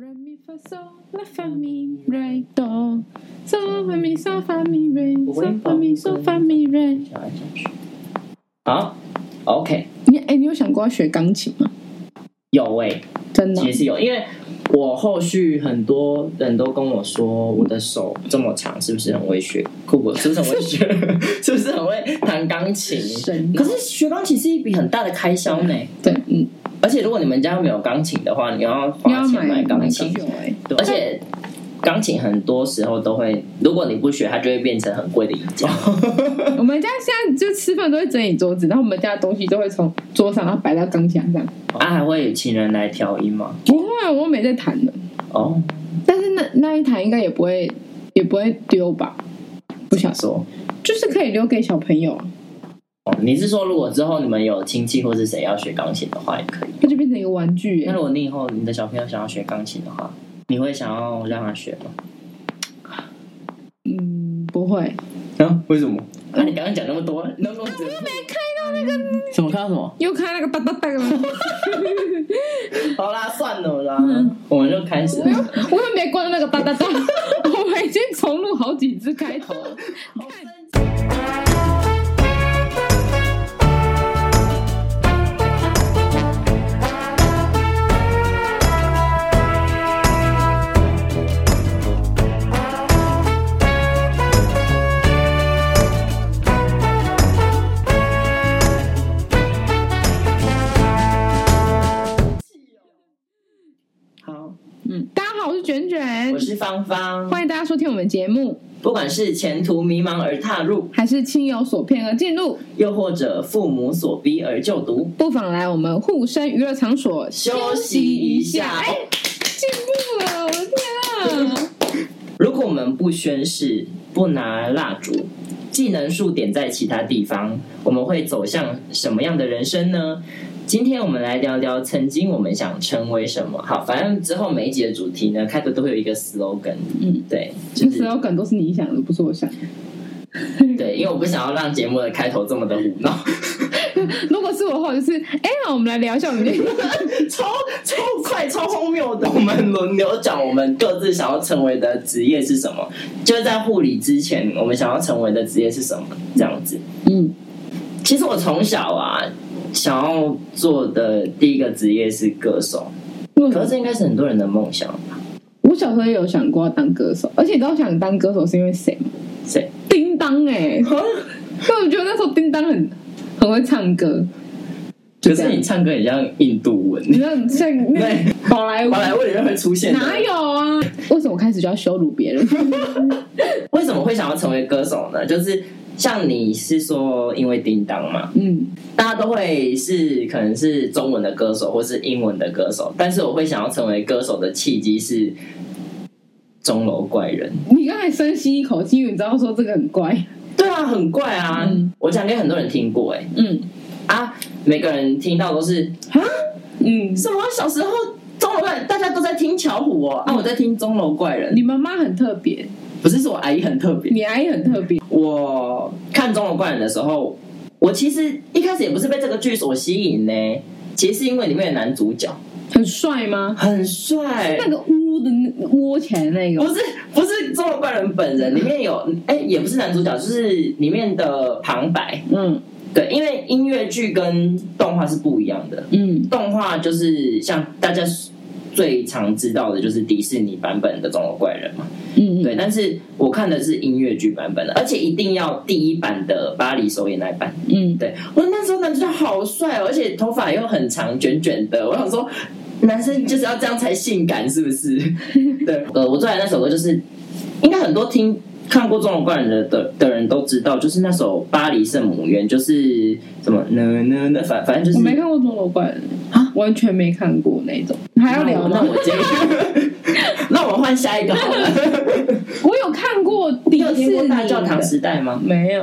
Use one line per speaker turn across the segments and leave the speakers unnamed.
fa sol la fa mi re do sol fa mi sol fa mi re
不会
sol fa mi sol fa mi re。
讲来讲去。好，OK，啊
你哎、你有想过要学钢琴吗？
有诶、
真的哦
其，实有，因为我后续很多人都跟我说，我的手这么长，是不是很会学酷我是不是很 会学？是不是很会弹钢琴？
神啊
可是学钢琴是一笔很大的开销呢，
对，嗯，
而且如果你们家没有钢琴的话，你要
你
花
要
钱
买
钢琴，
有哎、
对而且。钢琴很多时候都会，如果你不学，它就会变成很贵的音 架。
我们家现在就吃饭都会整理桌子，然后我们家的东西都会从桌上然后摆到钢琴上。
啊，还会有请人来调音吗？
不会，我没在弹的，
哦，
但是那那一弹应该也不会也不会丢吧？不想说，
说
就是可以留给小朋友啊，
哦，你是说如果之后你们有亲戚或是谁要学钢琴的话，也可以。
它就变成一个玩具、
那
欸。
如果你以后你的小朋友想要学钢琴的话，你会想要让他学吗？
嗯，不会。
啊？为什么？那、你刚刚讲那么多，那么多
开到那个
什么看到什么？
又开那个哒哒哒吗？
好啦，算了啦，我们就开始了。
我又没关那个哒哒哒， 我们已经重录好几次开头。
好，
嗯，大家好，我是卷卷
我，是芳芳。
欢迎大家收听我们节目，
不管是前途迷茫而踏入，
还是亲友所骗而进入，
又或者父母所逼而就读，
不妨来我们沪深娱乐场所
休息一下。
哎，进步了，我的天啊！
如果我们不宣誓，不拿蜡烛，技能树点在其他地方，我们会走向什么样的人生呢？今天我们来聊聊曾经我们想成为什么。好，反正之后每一集的主题呢，开头都会有一个 slogan。
嗯，
对，
这
就是
slogan 都是你想的，不是我想的。
对，因为我不想要让节目的开头这么的胡闹，
如果是我的话，就是哎，好，我们来聊一下我们今天。
超超快、超荒谬的。我们轮流讲我们各自想要成为的职业是什么，就是在护理之前，我们想要成为的职业是什么，这样子。
嗯，
其实我从小啊，想要做的第一个职业是歌手，
为什
可
么
是这应该是很多人的梦想吧？
我小时候也有想过要当歌手，而且你知道我想当歌手是因为谁吗？
谁？
叮当哎、所以我觉得那时候叮当很很会唱歌，
可
就这
是
样
你唱歌很像印度 文，
你知道像那个
对，
宝莱坞
好莱坞里面会出现的。
哪有啊？为什么我开始就要羞辱别人？
为什么会想要成为歌手呢？就是像你是说，因为叮当嘛，
嗯，
大家都会是可能是中文的歌手或是英文的歌手，但是我会想要成为歌手的契机是钟楼怪人。
你刚才深吸一口气，因为你知道说这个很乖。
对啊，很怪啊！
嗯
我讲给很多人听过、哎。
嗯
啊，每个人听到都是
嗯，
什么？小时候钟楼怪人，大家都在听巧虎哦，啊，我在听钟楼怪人。
你妈妈很特别，
不是说我阿姨很特别，
你阿姨很特别。
我看钟楼怪人的时候，我其实一开始也不是被这个剧所吸引呢、其实是因为里面的男主角
很帅吗？
很帅。
那个屋的那窝起来那
不
个，
是不是钟楼怪人本人，里面有哎、也不是男主角，就是里面的旁白。
嗯
对，因为音乐剧跟动画是不一样的。
嗯
动画就是像大家最常知道的，就是迪士尼版本的《中国怪人》嘛。
嗯，
对，但是我看的是音乐剧版本的，而且一定要第一版的巴黎首演那一版。
嗯，
对我那时候男主角好帅哦，而且头发又很长卷卷的，我想说。男生就是要这样才性感，是不 是？对，呃，我最爱那首歌就是，应该很多听看过《中国怪人的》的的人都知道，就是那首《巴黎圣母院》，就是什么呢呢呢，反反正就是
我没看过《中国怪人》
啊，
完全没看过那种。还要聊
那
吗？
我接， 那我换下一个好了。
我有看过
你
迪
有
士
听过
尼
《大教堂
的，
时代》吗？
没有。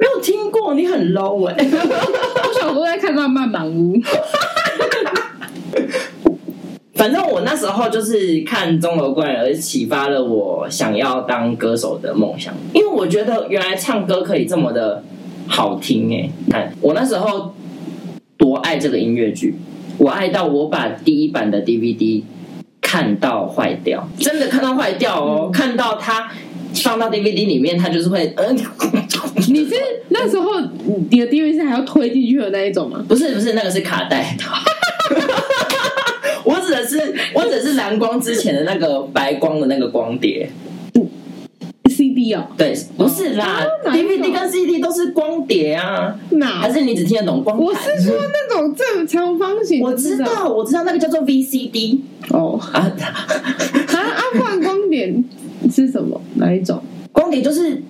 没有听过，你很 low 哎、
我小时候在看《浪漫满屋》，
反正我那时候就是看《钟楼怪人》，而启发了我想要当歌手的梦想，因为我觉得原来唱歌可以这么的好听哎、看我那时候多爱这个音乐剧，我爱到我把第一版的 DVD。看到坏掉，真的看到坏掉哦，看到它放到 DVD 里面，它就是会 嗯。
你是那时候你的 DVD 是还要推进去的那一种吗？
不是不是，那个是卡带。 我指的是，我指的是蓝光之前的那个白光的那个光碟，
CD 哦，
对，不是啦、
哦哪一
d
种
v d 跟 CD 都是光碟啊，
哪
还？是你只听得懂光盘？
我是说那种正长方形，
我知道，我知道那个叫做 VCD
哦。
啊，
啊啊，放光点 是什么？哪一种？
光碟就是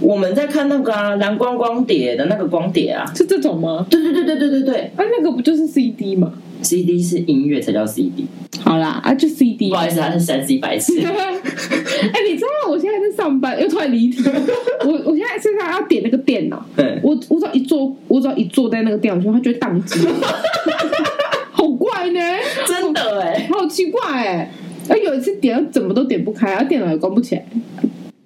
我们在看那个啊蓝光光碟的那个光碟啊，
是这种吗？
对对对对对对对
啊，那个不就是 CD 吗？
，CD 是音乐才叫 CD，
好啦，啊，就 CD
不。好意思，它是三 C 白痴。
哎、你知道我现在在上班，又突然离题。我我现在现在要点那个电脑，
嗯，
我我只要一坐，我只要一坐在那个电脑前，它就会宕机， 好怪呢，
真的哎、
好奇怪哎。啊，有一次点怎么都点不开，啊，电脑也关不起来。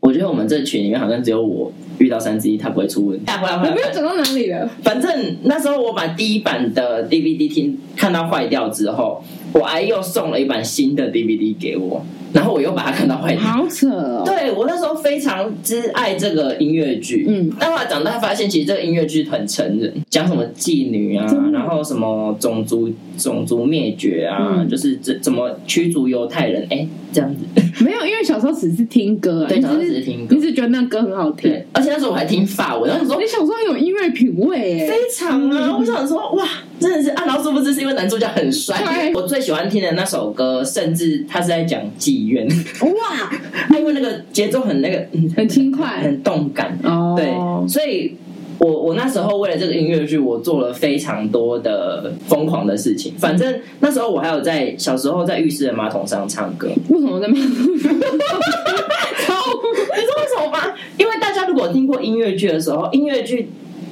我觉得我们这群里面好像只有我遇到三 C，它不会出问题。回来
我
回来
没
回
有
来，
讲到哪里了？
反正那时候我把第一版的 DVD 听看到坏掉之后，我阿姨又送了一版新的 DVD 给我，然后我又把它看到坏掉。
好扯哦。
对我那时候非常之爱这个音乐剧，
嗯，
但后来长大发现，其实这个音乐剧很成人，讲什么妓女啊
真，的
然后什么种族种族灭绝啊，
嗯
就是这怎么驱逐犹太人，哎、这样子，
没有，因为小时候只是听歌、啊，
对，
你
小时候只
只
是
是
听歌
你，只觉得那歌很好听。
对， 而且那时候我还听法文，然后你说
你小时候有音乐品味哎、
非常啊！
嗯
我想说，哇，真的是啊！然后殊不知是因为男主角很帅
对，
我最喜欢听的那首歌，甚至他是在讲妓院，
哇，
他因为那个节奏很那个，嗯
很轻快
很动感，
哦。
对，所以。我我那时候为了这个音乐剧，我做了非常多的疯狂的事情。反正那时候我还有在小时候在浴室的马桶上唱 歌，
为什么在那边？超
你知道为什么吗？因为大家如果听过音乐剧的时候，音乐剧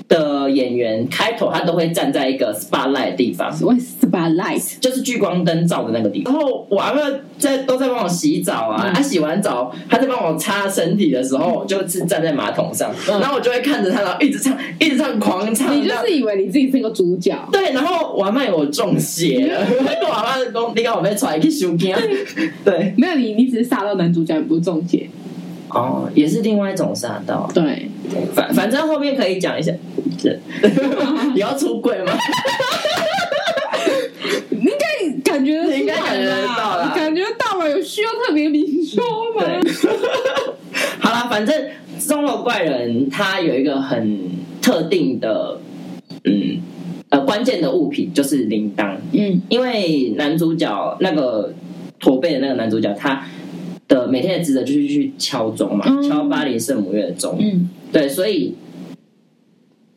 的演员开头他都会站在一个 spotlight 的地方，
我 spotlight
就是聚光灯照的那个地方。然后我阿妹在都在帮我洗澡啊，她、洗完澡，她在帮我擦身体的时候，就是站在马桶上，
嗯
然后我就会看着她，然后一直唱，一直唱，狂唱。
你
这
就
样
是以为你自己是个主角，
对，然后我阿妹我中邪了， 我阿妈讲你跟我妹出来去修片，对，
没有你，你只是杀到男主角，你不是中介。
哦，也是另外一种杀到，
对，
反反正后面可以讲一下， 对你要出柜吗？
你应该感觉得出来吧
你应该感觉得到啦
感觉到了，有需要特别 明说吗？
好啦，反正钟楼怪人它有一个很特定的，嗯呃关键的物品就是铃铛，
嗯
因为男主角那个驼背的那个男主角他。的每天的职责就是去敲钟嘛，
嗯
敲巴黎圣母院的钟。
嗯，
对，所以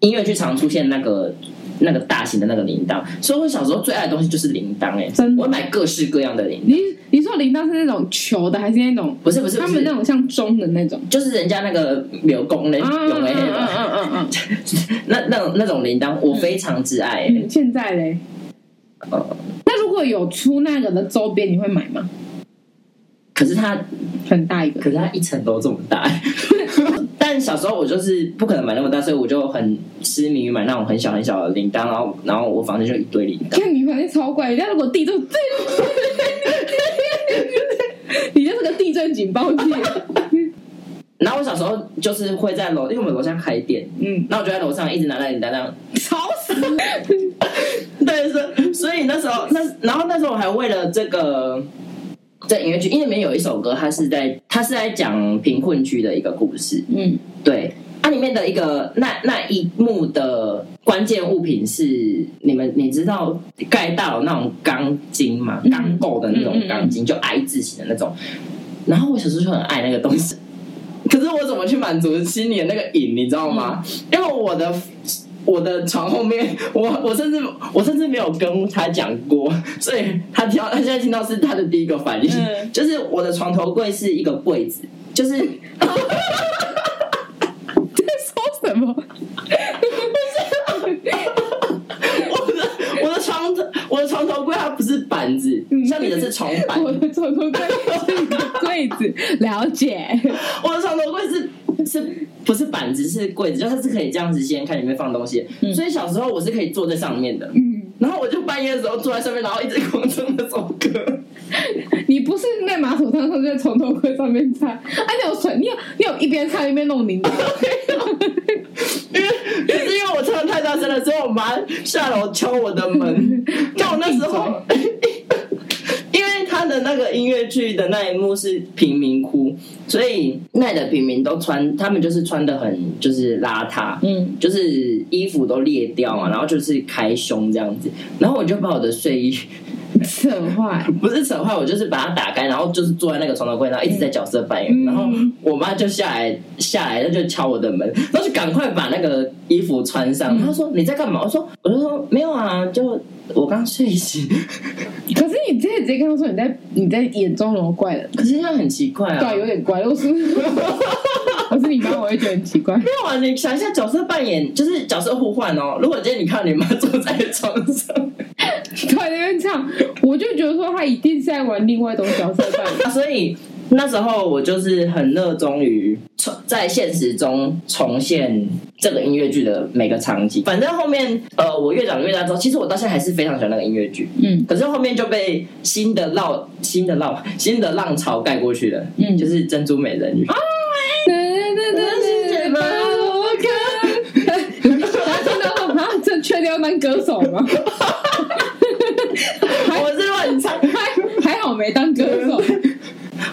音乐剧常出现那个那个大型的那个铃铛，所以我小时候最爱的东西就是铃铛、哎，
真的
我会买各式各样的铃铛，
你你说铃铛是那种球的，还是那种
不是不是，不
他
是
们那种像钟的那种？
就是人家那个柳工人
嗯
永
嗯
哎，
嗯嗯嗯嗯
那那种那种铃铛，我非常之爱、哎
嗯，现在嘞，
呃
那如果有出那个的周边，你会买吗？
可是它
很大一个
可是它一层楼这么大、 哎但小时候我就是不可能买那么大，所以我就很痴迷于买那种很小很小的铃铛，然后然后我房间就一堆铃铛。
看你反正超怪，人家如果地震， 你就是个地震警 报器。嗯
然后我小时候就是会在楼，因为我们楼下开店，
嗯，
那我就在楼上一直拿那铃铛这样。
吵死！
对，所所以那时候那然后那时候我还为了这个这音乐剧，因为里面有一首歌，它是在它是在讲贫困区的一个故事。
嗯，
对，它、里面的一个那那一幕的关键物品是你们你知道盖大楼那种钢筋嘛，
嗯
钢构的那
嗯
种
嗯嗯
钢筋，就 I 字形的那种。然后我小时候就很爱那个东西，可是我怎么去满足心里的那个瘾，你知道吗？
嗯
因为我的。我的床后面， 我我甚至我甚至没有跟他讲过，所以他听到他现在听到是他的第一个反应，
嗯
就是我的床头柜是一个柜子，就是
在说什么？
我的我的床头我的床头柜它不是板子，
嗯
像你的是床板，
我的床头柜是一个柜子，了解。
我的床头柜是是不是板子是柜子，就它是可以这样子掀开里面放东西，
嗯
所以小时候我是可以坐在上面的。
嗯，
然后我就半夜的时候坐在上面，然后一直狂唱那首歌。
你在马桶上的时候，就在床头柜上面擦。而且我水，你有你有一边擦一边弄淋巴，
因为 也是因为我唱的太大声了，所以我妈下楼敲我的门。但我那时候， 因为他的那个音乐剧的那一幕是贫民窟，所以那里的平民都穿，他们就是穿的很就是邋遢，
嗯，
就是衣服都裂掉嘛，然后就是开胸这样子。然后我就把我的睡衣
扯坏。
不是扯坏，我就是把它打开，然后就是坐在那个床头柜，然后一直在角色扮演。
嗯
然后我妈就下来下来，她就敲我的门，然后就赶快把那个衣服穿上。
嗯
她说你在干嘛？我说我就说没有啊，就我刚睡醒。
可是你直接直接跟他说你在你在演装容怪人，
可是这样很奇怪啊，
对啊，有点怪。我是我是你妈，我会觉得很奇怪。
没有啊，你想一下角色扮演，就是角色互换哦。如果今天你看到你妈坐在床上，
突然在那边唱，我就觉得说他一定是在玩另外一种角色扮演。
啊所以那时候我就是很热衷于重在现实中重现这个音乐剧的每个场景。反正后面呃，我越长越大之后，其实我到现在还是非常喜欢那个音乐剧，
嗯
可是后面就被新的浪、新的浪、新的浪潮盖过去了，
嗯啊
就是《珍珠美人鱼》
然后听到说啊，这确定要当歌手吗？
我是乱猜。
还还好没当歌手。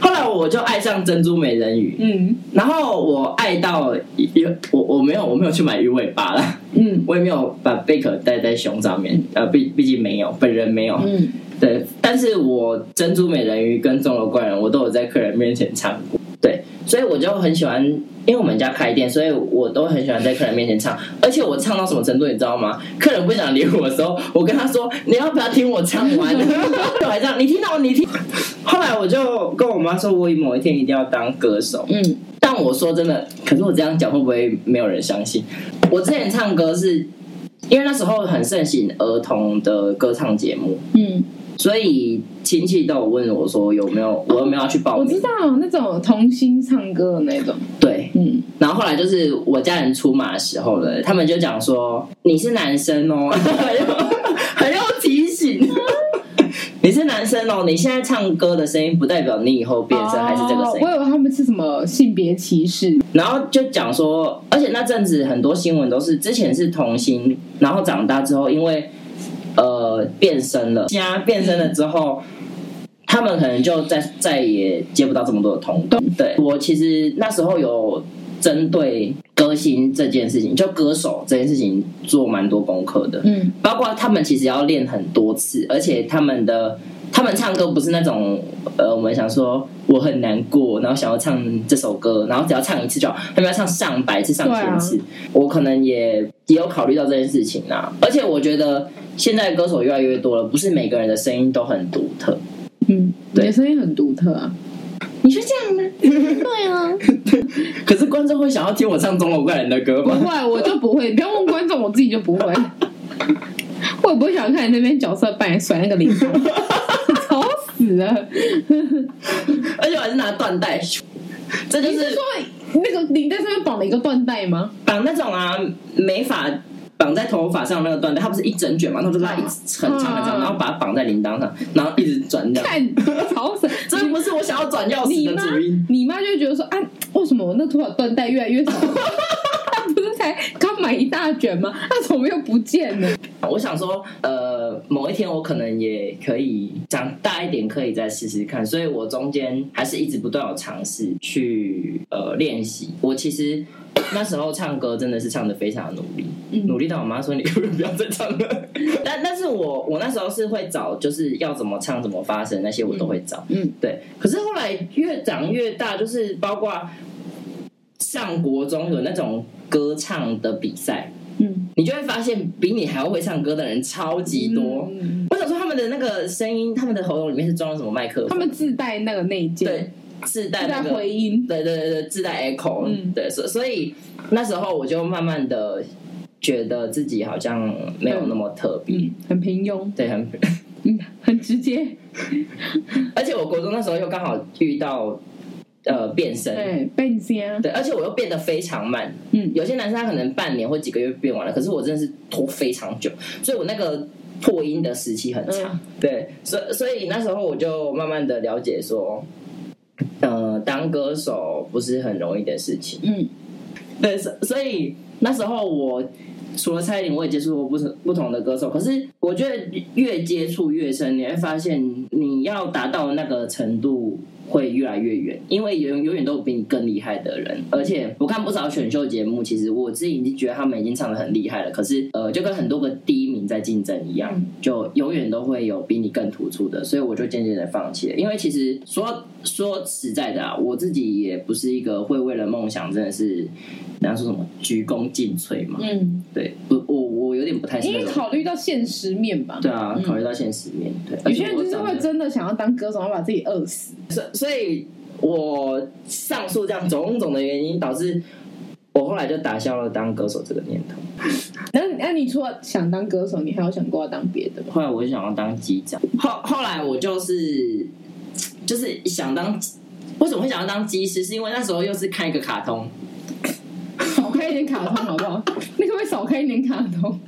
后来我就爱上《珍珠美人鱼》，
嗯
然后我爱到有我我没有我没有去买鱼尾巴了。
嗯
我也没有把贝壳戴在胸上面，呃，毕毕竟没有，本人没有。
嗯，
对，但是我珍珠美人鱼跟钟楼怪人，我都有在客人面前唱过。对，所以我就很喜欢，因为我们家开店，所以我都很喜欢在客人面前唱。而且我唱到什么程度，你知道吗？客人不想理我的时候，我跟他说：“你要不要听我唱完？” 我还这样，你听到你听。后来我就跟我妈说，我某一天一定要当歌手。
嗯
但我说真的，可是我这样讲会不会没有人相信？我之前唱歌是因为那时候很盛行儿童的歌唱节目，
嗯，
所以亲戚都有问我说有没有我有没有要去报
我
名
知？道那种童星唱歌的那种。
对，
嗯，
然后后来就是我家人出马的时候了，他们就讲说你是男生哦， 还要还要提醒。
嗯
你是男生哦，你现在唱歌的声音不代表你以后变声
哦
还是这个声音。
我以为他们是什么性别歧视。
然后就讲说，而且那阵子很多新闻都是之前是童星，然后长大之后因为呃变身了，加变身了之后，他们可能就再再也接不到这么多的通告。对我其实那时候有针对歌星这件事情，就歌手这件事情做蛮多功课的，
嗯
包括他们其实要练很多次，而且他们的他们唱歌不是那种呃，我们想说我很难过，然后想要唱这首歌，然后只要唱一次就好，他们要唱上百次、上千次。我可能也也有考虑到这件事情啊，而且我觉得现在歌手越来越多了，不是每个人的声音都很独特。
嗯，你的声音很独特啊。
你是这样吗？
对啊，
可是观众会想要听我唱钟楼怪人的歌
不
吗？
会，我就不会。你不要问观众，我自己就不会。我也不会想看你那边角色扮演甩那个 铃铛，吵死了！
而且我还是拿缎带，这就
你是
是
说那个铃铛上面绑了一个缎带吗？
绑那种啊美发绑在头发上那个缎带，它不是一整卷嘛，然后就拉一直很长很长，
嗯
然后把它绑在铃铛上，然后一直转这样。
看，吵死！
这不是我想要转钥匙
你
的
妈
主因。，
你妈就会觉得说啊，为什么我那头发缎带越来越少？她不是才刚买一大卷吗？她怎么又不见了？
我想说，呃，某一天我可能也可以长大一点，可以再试试看。所以我中间还是一直不断有尝试去呃练习。我其实那时候唱歌真的是唱的非常努力，
嗯
努力到我妈说你可不可以不要再唱了。 但但是我我那时候是会找，就是要怎么唱、怎么发声那些我都会找。
嗯，
对，可是后来越长越大，就是包括上国中有那种歌唱的比赛，
嗯，
你就会发现比你还要会唱歌的人超级多。
嗯
我想说他们的那个声音，他们的喉咙里面是装了什么麦克风？
他们自带那个内件，
对自带
自
那
带
个
回音。
对啊对对对自带 echo，、
嗯
对，所所以那时候我就慢慢的觉得自己好像没有那么特别，
嗯，很平庸，
对，很。
嗯， 很直接，
而且我国中那时候又刚好遇到呃变声，
对，笨先，
对，而且我又变得非常慢。
嗯
有些男生他可能半年或几个月变完了，可是我真的是拖非常久，所以我那个破音的时期很
嗯
长。对，所所以那时候我就慢慢的了解说，呃，当歌手不是很容易的事情。
嗯，
对，所所以那时候我除了蔡依林，我也接触过不同不同的歌手。可是我觉得越接触越深，你会发现你要达到的那个程度会越来越远，因为永永远都有比你更厉害的人。而且我看不少选秀节目，其实我自己已经觉得他们已经唱的很厉害了，可是呃，就跟很多个第一名在竞争一样，就永远都会有比你更突出的。所以我就渐渐的放弃了，因为其实说说实在的啊，我自己也不是一个会为了梦想真的是。人家说什么鞠躬尽瘁嘛，
嗯，
对，不，我我有点不太是
因
那
为
种
考虑到现实面吧。
对啊，
嗯
考虑到现实面对，
有
而
些
且
人
我
就是
长
会
得，
真的想要当歌手，然后把自己饿死。
所所以，我上述这样种种的原因，导致我后来就打消了当歌手这个念头。
那那你除了想当歌手，你还有想过要当别的吗？
后来我就想要当机长，后后来我就是就是想当，为什么会想要当机师？是因为那时候又是看一个卡通，
少开一点卡通好不好？你可不可以少开一点卡通？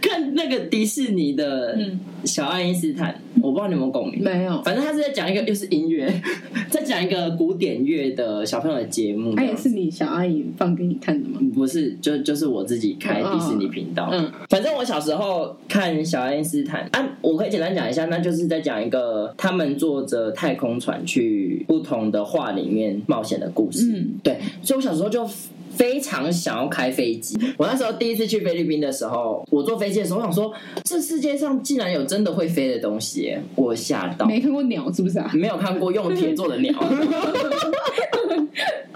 看那个迪士尼的
嗯
小爱因斯坦，我不知道你有没有共鸣。
没有，
反正他是在讲一个又是音乐， 在讲一个古典乐的小朋友的节目。
那也哎是你小阿姨放给你看的吗？
不是，就就是我自己开迪士尼频道。
嗯，
反正我小时候看小爱因斯坦啊，我可以简单讲一下，那就是在讲一个他们坐着太空船去不同的画里面冒险的故事。
嗯，
对，所以我小时候就。非常想要开飞机。我那时候第一次去菲律宾的时候，我坐飞机的时候，我想说，这世界上竟然有真的会飞的东西耶，我吓到。
没看过鸟是不是啊？
没有看过用铁做的鸟。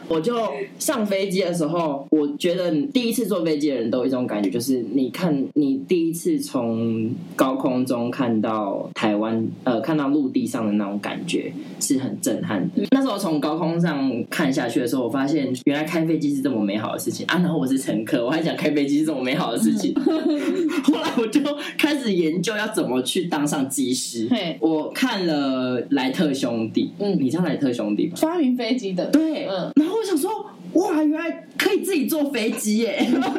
我就上飞机的时候，我觉得你第一次坐飞机的人都有一种感觉，就是你看你第一次从高空中看到台湾，呃，看到陆地上的那种感觉是很震撼的。那时候从高空上看下去的时候，我发现原来开飞机是这么美好的事情啊！然后我是乘客，我还想开飞机是这么美好的事情。 后来我就开始研究要怎么去当上机师
嘿。
我看了莱特兄弟，
嗯
嗯，你知道莱特兄弟吧？
发明飞机的，
对，
嗯
然后我想说，哇，原来可以自己坐飞机耶！然后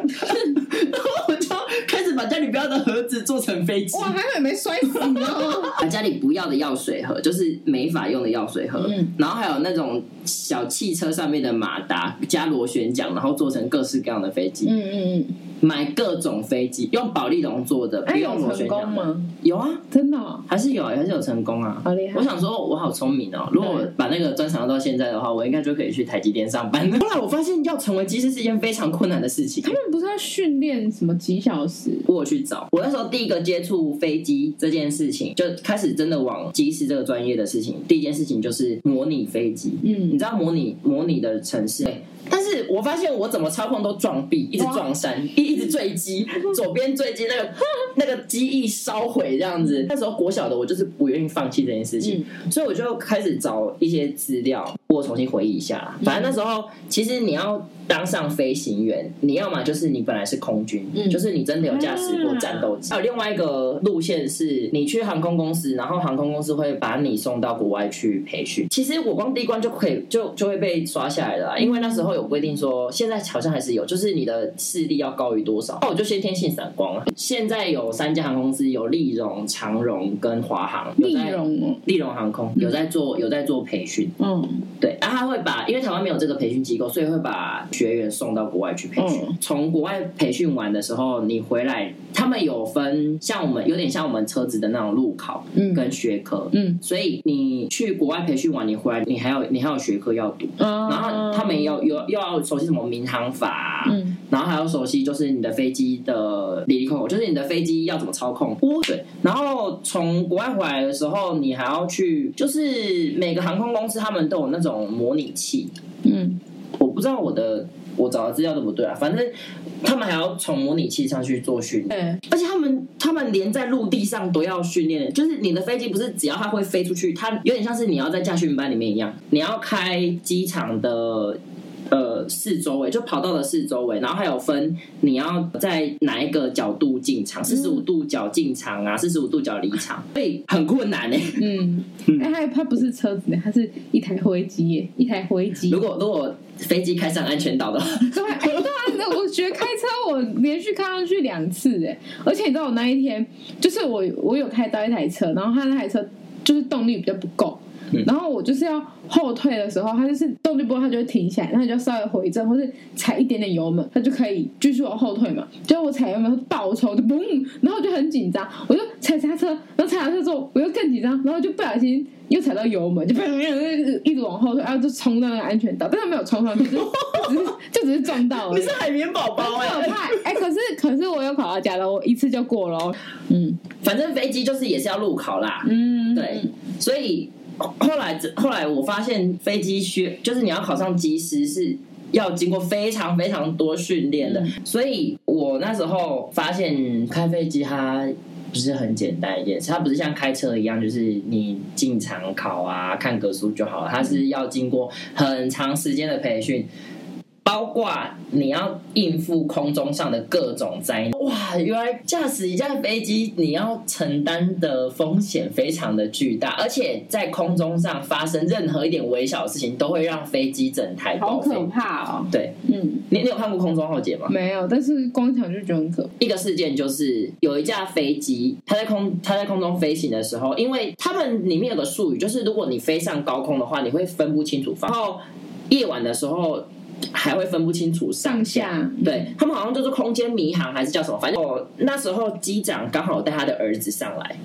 我就开始把家里不要的盒子做成飞机，
哇，还好没摔死 你哦。
把家里不要的药水盒，就是美发用的药水盒，
嗯
然后还有那种小汽车上面的马达加螺旋桨，然后做成各式各样的飞机，
嗯嗯嗯，
买各种飞机，用保利龙做的，不
哎，
用
有
螺
成
旋
功
桨。
吗？
有啊，
真的哦，
还是有，还是有成功啊！
好厉害
我想说，我好聪明哦！如果我把那个专长用到现在的话，我应该就可以去台积电上班。 后来我发现，要成为机师是一件非常困难的事情
他。们不是要训练什么几小时？
我有去找，我那时候第一个接触飞机这件事情，就开始真的往机师这个专业的事情。第一件事情就是模拟飞机，
嗯
你知道模拟模拟的城市。但是我发现我怎么操控都撞壁，一直撞山，一一直坠机，左边坠机，那个那个机翼烧毁这样子。那时候国小的我就是不愿意放弃这件事情，所以我就开始找一些资料，我重新回忆一下啦。反正那时候其实你要当上飞行员，你要么就是你本来是空军，
嗯
就是你真的有驾驶过战斗机。还有另外一个路线是你去航空公司，然后航空公司会把你送到国外去培训。其实我光第一关就可以就就会被刷下来了啊啦，因为那时候有规定说，现在好像还是有，就是你的视力要高于多少。那我就先天性散光了。现在有三家航空公司，有丽荣、长荣跟华航。有
丽
在
蓉哦，
丽荣航空有在做有在做培训，
嗯
对，然后他会把，因为台湾没有这个培训机构，所以会把学员送到国外去培训
嗯。
从、国外培训完的时候，你回来，他们有分像我们有点像我们车子的那种路考
嗯
跟学科，
嗯
所以你去国外培训完，你回来你还有你还有学科要读，
啊，
然后他们也要有又要熟悉什么民航法啊、
嗯
然后还要熟悉就是你的飞机的离离控，就是你的飞机要怎么操控。对，然后从国外回来的时候，你还要去，就是每个航空公司他们都有那种模拟器，
嗯
我不知道我的我找的资料对不对啊，反正他们还要从模拟器上去做训练。
对，
而且他们他们连在陆地上都要训练，就是你的飞机不是只要它会飞出去，它有点像是你要在驾训班里面一样，你要开机场的。呃，四周围就跑道的四周围，然后还有分你要在哪一个角度进场，四十五度角进场啊，四十五度角离场，所以很困难呢、欸
嗯，哎，它它不是车子，它是一台灰机耶，一台灰机
如。果如果飞机开上安全岛的话，
对，哎对啊，你知道我学开车，我连续开上去两次哎，而且你知道我那一天，就是我我有开到一台车，然后他那台车就是动力比较不够
嗯。
然后我就是要后退的时候，它就是动力不够，它就会停下来，然后你就要稍微回正，或是踩一点点油门，它就可以继续往后退嘛。结果我踩油门，它爆冲，就嘣，然后我就很紧张，我就踩刹车，然后踩刹车之后我又更紧张，然后就不小心又踩到油门，就砰砰一直往后退，然后就冲到那个安全岛，但是没有冲上去，就只是 就只是撞到而
你
已
是。海绵宝宝
很
哎、
可怕哎、可是可是我有考到驾照，我一次就过了哦。嗯
反正飞机就是也是要路考啦，
嗯，
对，所以后后来后来我发现飞机学就是你要考上机师是要经过非常非常多训练
嗯
的，所以我那时候发现开飞机它。不是很简单一件事，它不是像开车一样，就是你进场考啊、看格书就好了，它
嗯
是要经过很长时间的培训，包括你要应付空中上的各种灾难。哇，原来驾驶一架飞机，你要承担的风险非常的巨大，而且在空中上发生任何一点微小的事情，都会让飞机整台
好
报废
可。怕哦。
对
嗯，
你，你有看过空中浩劫吗？
没有，但是光想就觉得很可怕。
一个事件就是有一架飞机，它在空它在空中飞行的时候，因为他们里面有个术语，就是如果你飞上高空的话，你会分不清楚方，然后夜晚的时候还会分不清楚上
上下
对他们好像就是空间迷航还是叫什么，反正我那时候机长刚好带他的儿子上来。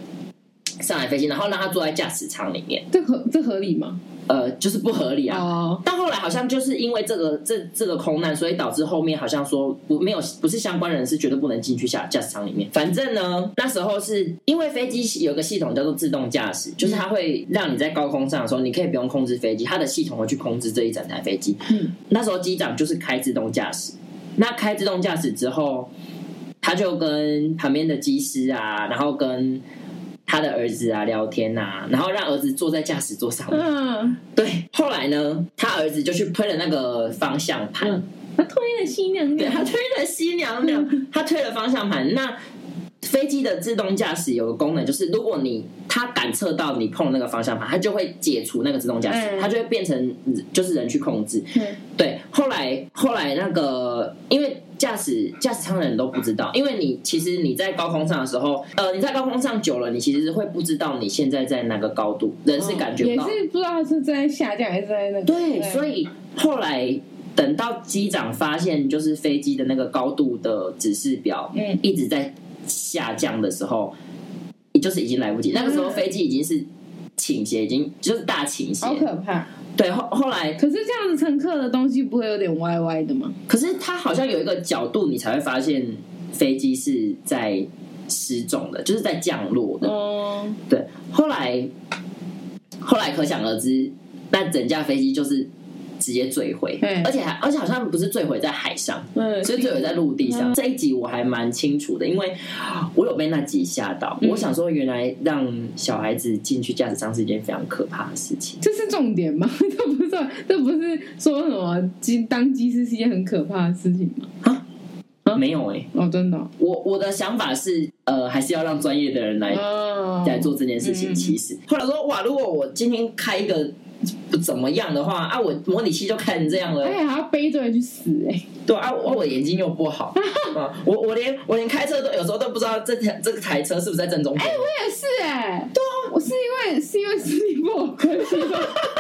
上来飞机，然后让他坐在驾驶舱里面，
这合这合理吗？
呃，就是不合理啊。
哦，
但后来好像就是因为这个这这个空难，所以导致后面好像说不没有不是相关人士绝对不能进去下驾驶舱里面。反正呢，那时候是因为飞机有个系统叫做自动驾驶，就是它会让你在高空上的时候，你可以不用控制飞机，它的系统会去控制这一整台飞机。
嗯，
那时候机长就是开自动驾驶，那开自动驾驶之后，他就跟旁边的机师啊，然后跟他的儿子啊聊天啊，然后让儿子坐在驾驶座上面。
嗯，
对，后来呢，他儿子就去推了那个方向盘，
嗯他推了新娘
对
娘，
他推了西 娘娘，他推了方向盘。那飞机的自动驾驶有个功能，就是如果你它感测到你碰那个方向盘，它就会解除那个自动驾驶，
嗯
它就会变成就是人去控制。
嗯
对，后来后来那个，因为驾驶驾驶舱的人都不知道，因为你其实你在高空上的时候，呃，你在高空上久了，你其实会不知道你现在在哪个高度，人是感觉不
也
到。
是不知道是在下降还是在那个。
对，所以后来等到机长发现，就是飞机的那个高度的指示表
嗯
一直在下降的时候，也就是已经来不及。那个时候飞机已经是倾斜，已经就是大倾斜
好。可怕。
对，后后来，
可是这样子乘客的东西不会有点歪歪的吗？
可是它好像有一个角度，你才会发现飞机是在失重的，就是在降落的。
哦，
对，后来后来可想而知，那整架飞机就是直接坠毁
嗯，
而且还而且好像不是坠毁在海上，
嗯，
所以坠毁在陆地上。这一集我还蛮清楚的，因为我有被那集吓到。
嗯
我想说，原来让小孩子进去驾驶舱是一件非常可怕的事情。
这是重点吗？ 这不是，这不是说什么机当机师是一件很可怕的事情吗？啊
没有哎、
哦，真的哦、
我我的想法是，呃，还是要让专业的人来
哦，
来做这件事情。
嗯
其实后来说，哇，如果我今天开一个不怎么样的话啊，我模拟器就开成这样了
而。且哎还要背着人去死哎、
对啊，我我眼睛又 不好，啊，我我连我连开车都有时候都不知道这台这台车是不是在正中间。
我也是哎、对啊，我是因为是因为视力不好关系吗？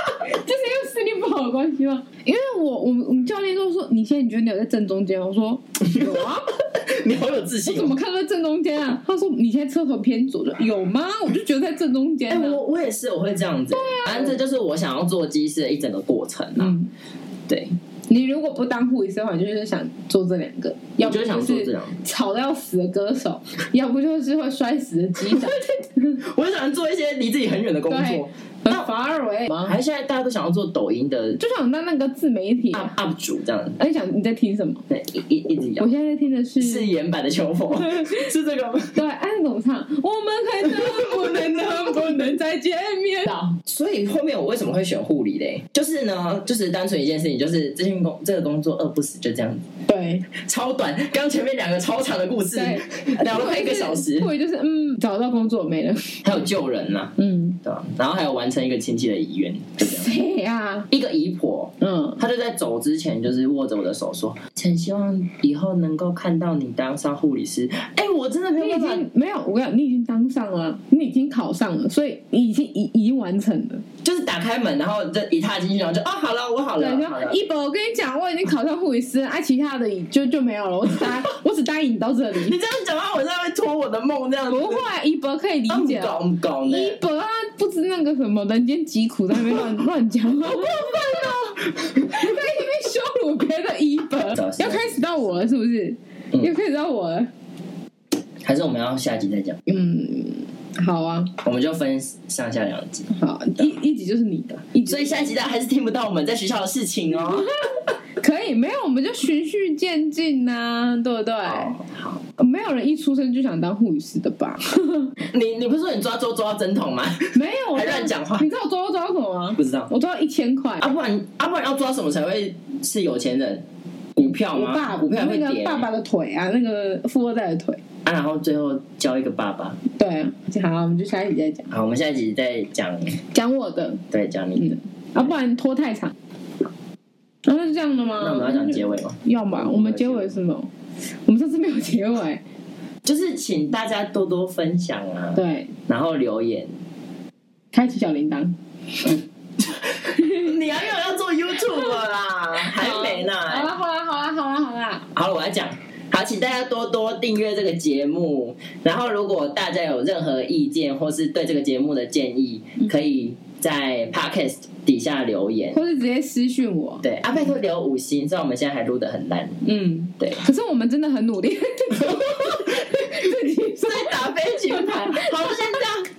就是因为视力不好的关系吗？因为我我们我们教练都说你现在你觉得你有在正中间吗，我说有 啊，
你好有自
我
信、
怎
哦
么。看到在正中间啊？他说你现在车头偏左的，有吗？我就觉得在正中
哎、
间啊呢、
我我也是，我会这样子。反正这就是我想要做机师的一整个过程
啊
啊。
嗯，
对，
你如果不当护理师的话，你就是想做这两个，要
我
不
就是想做这
是
样，
吵到要死的歌手，要不就是会摔死的机 长，
我想做一些离自己很远的工
对
作。
很乏味吗？
还现在大家都想要做抖音的
就想当那个自媒体、
up
啊。
up 主这样，
哎，想你在听什么？
对，一一一直
我
要。
现在在听的是
是岩版的求 佛，是这 个吗？
对，按怎么唱？我们还能不能能不能再见 面？
啊所以后面我为什么会选护理嘞？就是呢，就是单纯一件事情，就是这份工这个工作饿不死，就这样子，
对
超短。刚前面两个超长的故事
对，
聊了快一个小时，
或者就是嗯，找到工作没了，
还有救人呐、
嗯，
对吧、然后还有完成一个亲戚的遗愿，就这样。
谁呀？
一个姨婆，
嗯，
她就在走之前，就是握着我的手说：“很希望以后能够看到你当上护理师。”哎，我真的没
你
有
已
办法，
经没有，我跟你讲，你已经当上了，你已经考上了，所以你已经已已经完成了。
就是打开门，然后就一踏进去，然后就哦，好了，我好
对，
了，好了
就。一博，我跟你讲，我已经考上护理师了，啊，其他的就就没有了，我 只答我只答应你到这
你
里，
这样讲话，我真的会拖我的梦这样子。
不会，一博可以理解哦。
啊不搞不搞呢？
一博他不知那个什么人间疾苦，在那边乱乱讲，好过分哦！在那边羞辱别的一博，
早知道
要开始到我了是不是？
嗯
要开始到我了，
还是我们要下集再讲？
嗯，好啊，
我们就分上下两集。
好，一一集就是你的，一集
所以下一集大家还是听不到我们在学校的事情哦。
可以没有，我们就循序渐进呐、对不对？
好好，
没有人一出生就想当护理师的吧？
你你不是说你抓周抓到针筒吗？
没有，
还乱讲话
你知道我抓到抓到什么吗
不？知道
我抓到一千块。
啊，不然啊，不然要抓什么才会是有钱人？股票
我
吗？
爸
股票
那
会
个
跌
爸爸的腿啊，那个富二代的腿，
啊，然后最后交一个爸爸。
对啊。好，我们就下一集再讲，
好，我们下一集再讲，
讲我的，
对，讲你的
嗯。，啊，不然拖太长。然后是这样的吗？
那我们要讲结尾吗？
要吧，我们结尾是什么？我们上次没有结尾，
就是请大家多多分享啊，
对，
然后留 言。
开启小铃铛。
你还有要做 YouTube 啦，还没呢。
好啊啦，好啦，好啦，好啦，好啦，
好了，我来讲。好，请大家多多订阅这个节目。然后，如果大家有任何意见或是对这个节目的建议，
嗯
可以在 Podcast 底下留言。
或是直接私讯我。
对，啊，拜托留五星，虽然我们现在还录的很烂，
嗯，
对。
可是我们真 的很努力。自己说
打飞
盘
好，就先这样，